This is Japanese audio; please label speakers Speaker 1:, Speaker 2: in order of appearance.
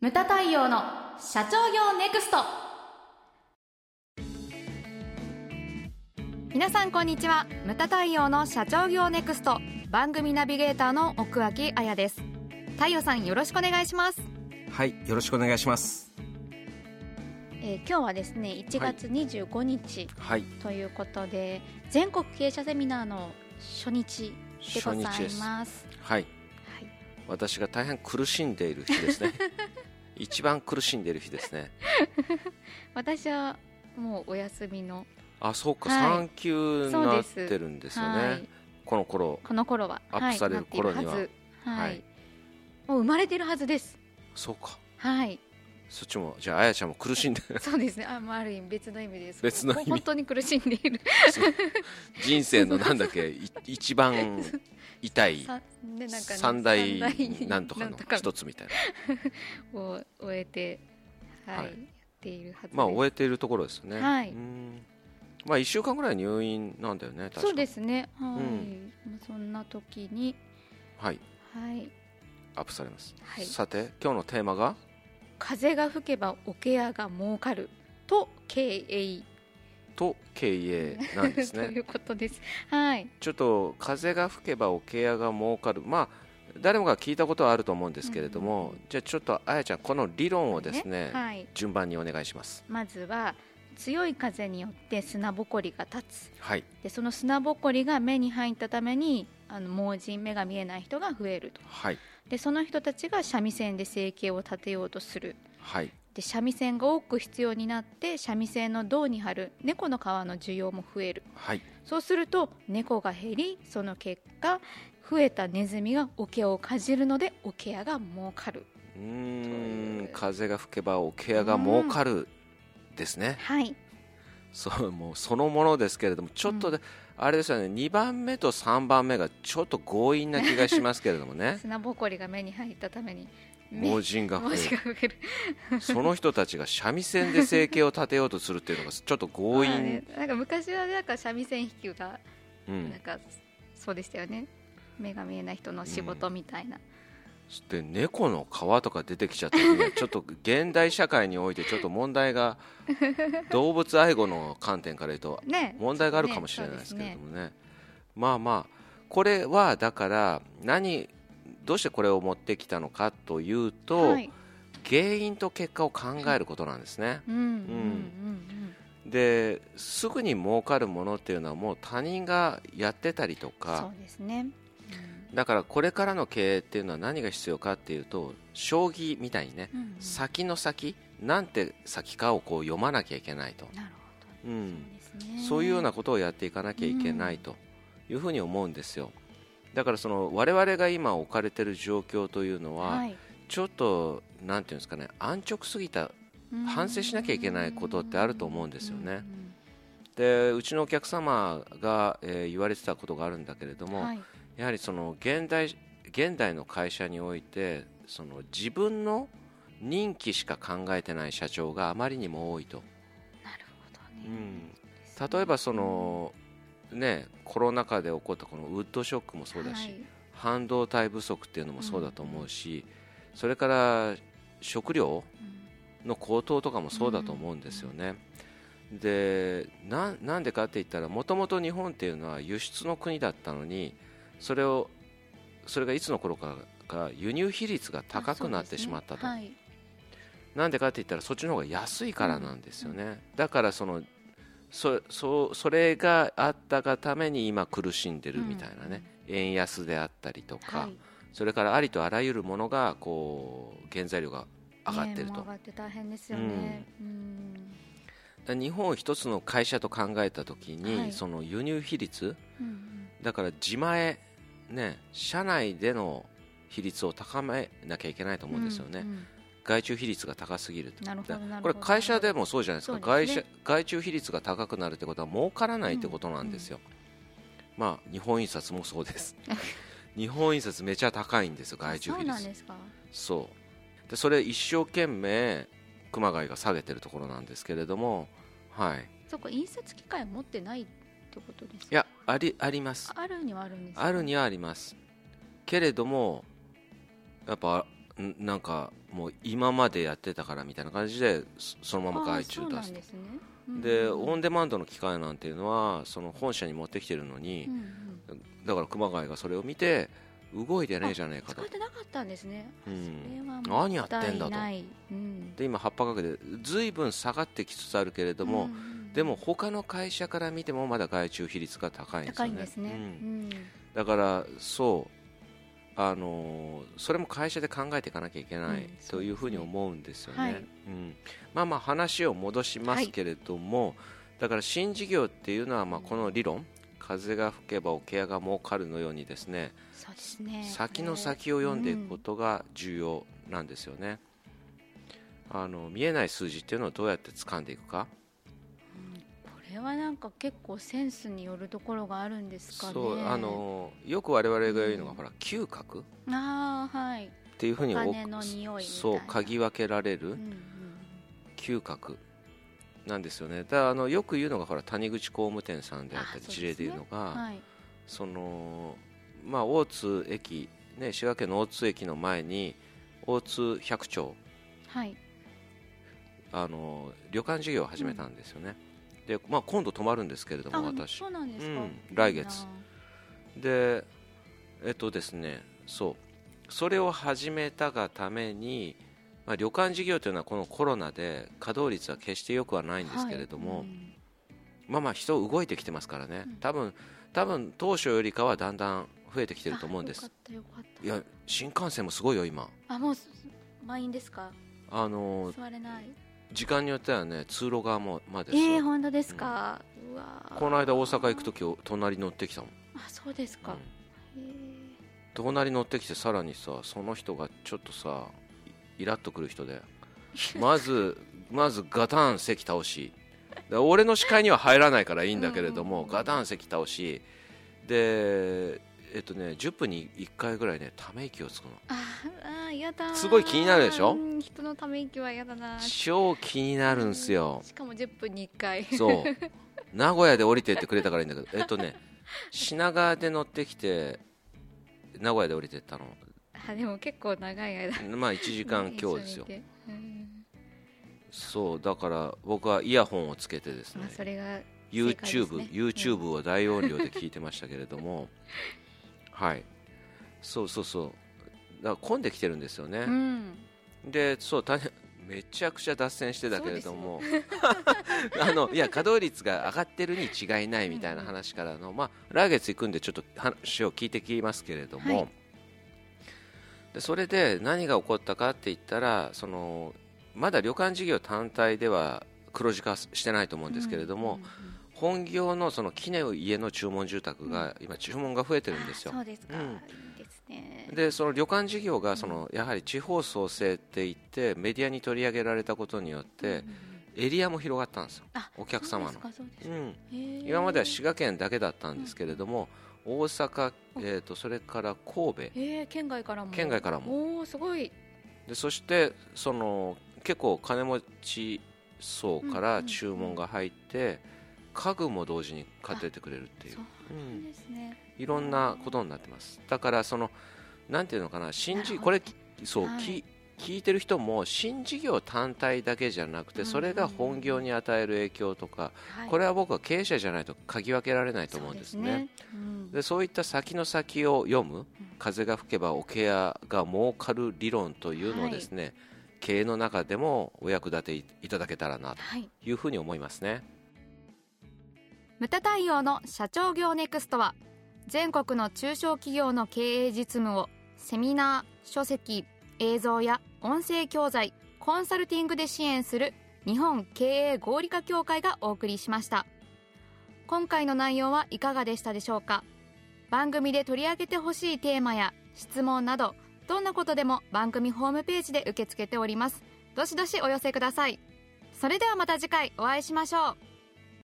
Speaker 1: ムタ太陽の社長業ネクスト
Speaker 2: 皆さんこんにちはムタ太陽の社長業ネクスト番組ナビゲーターの奥脇彩です太陽さんよろしくお願いします、
Speaker 3: はい、よろしくお願いします。
Speaker 2: えー今日はですね1月25日
Speaker 3: はい、
Speaker 2: ということで、全国経営者セミナーの初日でござい
Speaker 3: 初日です
Speaker 2: ます
Speaker 3: はい、
Speaker 2: はい、
Speaker 3: 私が大変苦しんでいる日 ですね。一番苦しんでいる日ですね。
Speaker 2: 私はもうお休みの
Speaker 3: あ、そうか、
Speaker 2: はい
Speaker 3: 産休になってるんですよね。
Speaker 2: はい、
Speaker 3: この頃、
Speaker 2: この頃は
Speaker 3: アップされる頃に
Speaker 2: な
Speaker 3: は
Speaker 2: っているずはい、
Speaker 3: はい
Speaker 2: もう生まれてるはずです
Speaker 3: そうか、
Speaker 2: はい
Speaker 3: そっちも、じゃあ、あやちゃんも苦しんで、
Speaker 2: そうですねあ,、まあ、ある意味別の意味です
Speaker 3: 別の意味
Speaker 2: もう本当に苦しんでいる
Speaker 3: 人生のなんだっけ、い一 番痛い。
Speaker 2: さでなんかね
Speaker 3: 三大
Speaker 2: 三大
Speaker 3: なんとかの一つみたいな、
Speaker 2: を終えてはい、
Speaker 3: はい
Speaker 2: やっているはずです
Speaker 3: まあ終えているところですよね。
Speaker 2: はい
Speaker 3: うんまあ一週間ぐらい入院なんだよね。確か
Speaker 2: そうですねはい、
Speaker 3: ん
Speaker 2: まあそんな時に
Speaker 3: はい、
Speaker 2: はい
Speaker 3: アップされます。
Speaker 2: はい
Speaker 3: さて、今日のテーマが。
Speaker 2: 風が吹けば桶屋が儲かると経営
Speaker 3: と経営なんで す
Speaker 2: とい
Speaker 3: ね
Speaker 2: うことですはい
Speaker 3: ちょっと風が吹けば桶屋が儲かるまあ誰もが聞いたことはあると思うんですけれども、
Speaker 2: うん
Speaker 3: じゃあちょっとあやちゃんこの理論をですね、
Speaker 2: はい
Speaker 3: 順番にお願いします
Speaker 2: まずは強い風によって砂ぼこりが立つ
Speaker 3: はい
Speaker 2: でその砂ぼこりが目に入ったためにあの盲人目が見えない人が増えると
Speaker 3: はい
Speaker 2: でその人たちが三味線で生計を立てようとする
Speaker 3: はい
Speaker 2: で三味線が多く必要になって三味線の胴に張る猫の皮の需要も増える
Speaker 3: はい
Speaker 2: そうすると猫が減りその結果増えたネズミが桶をかじるので桶屋が儲かる
Speaker 3: うー
Speaker 2: そうんいう
Speaker 3: 風が吹けば桶屋が儲かるですね
Speaker 2: はい
Speaker 3: そうもうそのものですけれどもちょっとで、あれですよね2番目と3番目がちょっと強引な気がしますけれど もね
Speaker 2: 砂ぼこりが目に入ったために
Speaker 3: 盲
Speaker 2: 人
Speaker 3: 人が増
Speaker 2: 文
Speaker 3: える
Speaker 2: 字が増える
Speaker 3: その人たちが三味線で生計を立てようとするっていうのがちょっと強
Speaker 2: まあ
Speaker 3: 引
Speaker 2: ね、なんか昔はなんか三味線引きが
Speaker 3: うん
Speaker 2: なん、かそうでしたよね目が見えない人の仕事みたいな、
Speaker 3: で猫の皮とか出てき ちゃってねちょっと現代社会においてちょっと問題 が動物愛護の観点から言うと
Speaker 2: ね
Speaker 3: 問題があるかもしれないですけれどもねまあまあこれはだから何どうしてこれを持ってきたのかという
Speaker 2: そ
Speaker 3: と、
Speaker 2: うですねはい
Speaker 3: 原因と結果を考えることなんですね。
Speaker 2: うんうん
Speaker 3: うんですぐに儲かるものっていうのはもう他人がやってたりと
Speaker 2: うん、
Speaker 3: か
Speaker 2: そうですね、
Speaker 3: だからこれからの経営っていうのは何が必要かっていうと将棋みたいにね、
Speaker 2: うんうん
Speaker 3: 先の先なんて先かをこう読まなきゃいけないと、
Speaker 2: なるほ
Speaker 3: う
Speaker 2: ど、
Speaker 3: ん、
Speaker 2: そうですね
Speaker 3: そういうようなことをやっていかなきゃいけないというふうに思うんですよだからその我々が今置かれてる状況というのは、
Speaker 2: はい
Speaker 3: ちょっとなんていうんですかね安直すぎた反省しなきゃいけないことってあると思うんですよねでうちのお客様が、えー言われてたことがあるんだけれど
Speaker 2: うん
Speaker 3: も、
Speaker 2: うんはい
Speaker 3: やはりその現代現代の会社においてその自分の任期しか考えてない社長があまりにも多いと、
Speaker 2: なるほどね、
Speaker 3: 例えばその、ね、コロナ禍で起こったこのウッドショックもそうだし、
Speaker 2: はい
Speaker 3: 半導体不足っていうのもそうだと思うし、それから食料
Speaker 2: うん
Speaker 3: の高騰とかもそうだと思うんですよね。でななんでかって言ったらもともと日本っていうのは輸出の国だったのにそれをそれがいつの頃かか輸入比率が高くなってしまったと、
Speaker 2: あそうですね
Speaker 3: なんでかって言ったらそっちの方が安いからなんですよね、だからそのそそそれがあったがために今苦しんでるみたいなね、円安であったりとか、
Speaker 2: はい、はい
Speaker 3: それからありとあらゆるものがこう原材料が上がって
Speaker 2: ねも
Speaker 3: る
Speaker 2: う
Speaker 3: と
Speaker 2: 上、がって大変ですよね、うん
Speaker 3: だから日本を一つの会社と考えたときに、
Speaker 2: はい
Speaker 3: その輸入比率
Speaker 2: うんうん
Speaker 3: だから自前、ね、社内での比率を高めなきゃいけないと思うんですよね、
Speaker 2: んん
Speaker 3: 外注比率が高すぎると
Speaker 2: なるほど
Speaker 3: だから
Speaker 2: なる
Speaker 3: こ
Speaker 2: ほど
Speaker 3: れ会社でもそうじゃないですか
Speaker 2: そうで
Speaker 3: 外
Speaker 2: すね
Speaker 3: 社外注比率が高くなるってことは儲からないってことなんですよ、まあ日本印刷もそうです 日本印刷めちゃ高いんですよ外注
Speaker 2: あそ
Speaker 3: 比
Speaker 2: うなん
Speaker 3: 率
Speaker 2: ですか
Speaker 3: そうでそれ一生懸命熊谷が下げてるところなんですけれどもはい
Speaker 2: そこ印刷機械持ってないってことですか
Speaker 3: いやありあります
Speaker 2: ああるにはあるんですか
Speaker 3: あるにはありますけれどもやっぱんなんかもう今までやってたからみたいな感じでそそのまま外注
Speaker 4: あーそうな
Speaker 3: 出
Speaker 4: ん
Speaker 3: すと
Speaker 4: ですね
Speaker 3: で
Speaker 4: うん
Speaker 3: オンデマンドの機械なんていうのはその本社に持ってきてるのに
Speaker 4: う、んうん
Speaker 3: だから熊谷がそれを見て動いてねえじゃねえか
Speaker 4: 使
Speaker 3: と
Speaker 4: ってなかったんですね、
Speaker 3: うん
Speaker 4: それはも
Speaker 3: 何やって
Speaker 4: っ
Speaker 3: んだと
Speaker 4: たいないうん
Speaker 3: で今葉っぱかけてずいぶん下がってきつつあるけれども、
Speaker 4: うんうん
Speaker 3: でも他の会社から見てもまだ外注比率が高いんです
Speaker 4: 高
Speaker 3: よ
Speaker 4: いん
Speaker 3: ね
Speaker 4: ですね、
Speaker 3: うん
Speaker 4: うん
Speaker 3: だからそうあのーそれも会社で考えていかなきゃいけな
Speaker 4: う
Speaker 3: い、
Speaker 4: んそうです
Speaker 3: と
Speaker 4: ね
Speaker 3: いうふうに思うんですよね、
Speaker 4: はい
Speaker 3: うん、まあまあ話を戻しますけれども、だから新事業っていうのはまあこの理論風が吹けば桶屋が儲かるのようにですね
Speaker 4: そうですね
Speaker 3: 先の先を読んでいくことが重要なんですよね、あの見えない数字っていうのをどうやって掴んでいくか
Speaker 4: これはなんか結構センスによるところがあるんですかね
Speaker 3: そうあのよく我々が言うのが、
Speaker 4: うん
Speaker 3: ほら嗅覚っ
Speaker 4: あーはい
Speaker 3: ていうふうに
Speaker 4: お
Speaker 3: 多
Speaker 4: 金の
Speaker 3: く
Speaker 4: 匂いみたいな
Speaker 3: そう嗅ぎ分けられ
Speaker 4: う
Speaker 3: る
Speaker 4: んうん
Speaker 3: 嗅覚なんですよねだからあのよく言うのがほら谷口工務店さんであったり
Speaker 4: あ
Speaker 3: 事例で言うのがそ
Speaker 4: はい
Speaker 3: のまあ大津駅、ね、滋賀県の大津駅の前に大津百丁
Speaker 4: はい
Speaker 3: あの旅館事業を始めたんですよね、で、まあ、今度泊まるんですけれど
Speaker 4: あ
Speaker 3: も私
Speaker 4: そうなんですか、
Speaker 3: うん来月でえっとですねそうそれを始めたがために、まあ、旅館事業というのはこのコロナで稼働率は決して良くはないんですけれども、
Speaker 4: はいうん
Speaker 3: まあまあ人動いてきてますからね、
Speaker 4: うん
Speaker 3: 多分多分当初よりかはだんだん増えてきてると思うんで
Speaker 4: あよ
Speaker 3: す
Speaker 4: かったよかった
Speaker 3: いや新幹線もすごいよ今
Speaker 4: あもうす満員ですか
Speaker 3: あの
Speaker 4: 座れない
Speaker 3: 時間によってはね通路側もま
Speaker 4: え
Speaker 3: ですよ
Speaker 4: ー、本当ですか、うわー
Speaker 3: この間大阪行く時隣乗ってきたもん、
Speaker 4: あそうです
Speaker 3: う
Speaker 4: か
Speaker 3: ん、
Speaker 4: へー
Speaker 3: 隣乗ってきてさらにさその人がちょっとさイイラッとくる人で まずまずガタン席倒しで俺の視界には入らないからいいんだけれども、
Speaker 4: うん
Speaker 3: ガタン席倒しでえっとね10分に1回ぐらいねため息をつくの
Speaker 4: あーあーやだー
Speaker 3: すごい気になるでしょ
Speaker 4: うん人のため息はやだなー
Speaker 3: 超気になるんすよ
Speaker 4: しかも10分に1回
Speaker 3: そう名古屋で降りてってくれたからいいんだけどえっとね品川で乗ってきて名古屋で降りてったの
Speaker 4: あでも結構長い間
Speaker 3: まあ1時間強ですよ
Speaker 4: 一緒にいてうん
Speaker 3: そうだから僕はイヤホンをつけてですね
Speaker 4: まあ、それが正解です
Speaker 3: YouTube,、
Speaker 4: ね
Speaker 3: YouTube を大音量で聞いてましたけれどもはいそうそうそうだから混んできてるんですよ
Speaker 4: う
Speaker 3: ね、
Speaker 4: ん
Speaker 3: でそうためちゃくちゃ脱線してたけれども あのいや稼働率が上がってるに違いないみたいな話からの、まあ、来月行くんでちょっと話を聞いてきますけれども、
Speaker 4: はい
Speaker 3: でそれで何が起こったかって言ったらそのまだ旅館事業単体では黒字化してないと思うんですけれど
Speaker 4: う
Speaker 3: も、
Speaker 4: んうんうん
Speaker 3: 本業のその木の家の注文住宅が今注文が増えてるんですよ
Speaker 4: あそうですか、
Speaker 3: うん
Speaker 4: いいですね
Speaker 3: でその旅館事業がそのやはり地方創生って言ってメディアに取り上げられたことによって
Speaker 4: うんうん
Speaker 3: エリアも広がったんですよ
Speaker 4: あ
Speaker 3: お客様の
Speaker 4: そうですかそうです
Speaker 3: う
Speaker 4: か
Speaker 3: ん
Speaker 4: へー
Speaker 3: 今までは滋賀県だけだったんですけれども大阪えーとそれから神戸
Speaker 4: えー、県外からも
Speaker 3: 県外から
Speaker 4: もおーすごい
Speaker 3: でそしてその結構金持ち層から注文が入って家具も同時に買ってってくれるっていう
Speaker 4: そう
Speaker 3: うん
Speaker 4: ですね、
Speaker 3: いろんなことになってますだからそのなんていうのかな新
Speaker 4: なる
Speaker 3: 事
Speaker 4: ほど
Speaker 3: これそう、
Speaker 4: はい
Speaker 3: き聞いてる人も新事業単体だけじゃなくてそれが本業に与える影響とか、
Speaker 4: はい
Speaker 3: これは僕は経営者じゃないと嗅ぎ分けられないと思うんです
Speaker 4: そ
Speaker 3: ねそ
Speaker 4: う
Speaker 3: う
Speaker 4: ですねうん
Speaker 3: でそういった先の先を読む風が吹けば桶屋が儲かる理論というのをですね、経営の中でもお役立ていただけたらなと
Speaker 4: はい
Speaker 3: いうふうに思いますね。
Speaker 2: ムタ対応の社長業ネクストは全国の中小企業の経営実務をセミナー書籍映像や音声教材コンサルティングで支援する日本経営合理化協会がお送りしました今回の内容はいかがでしたでしょうか番組で取り上げてほしいテーマや質問などどんなことでも番組ホームページで受け付けておりますどしどしお寄せくださいそれではまた次回お会いしましょう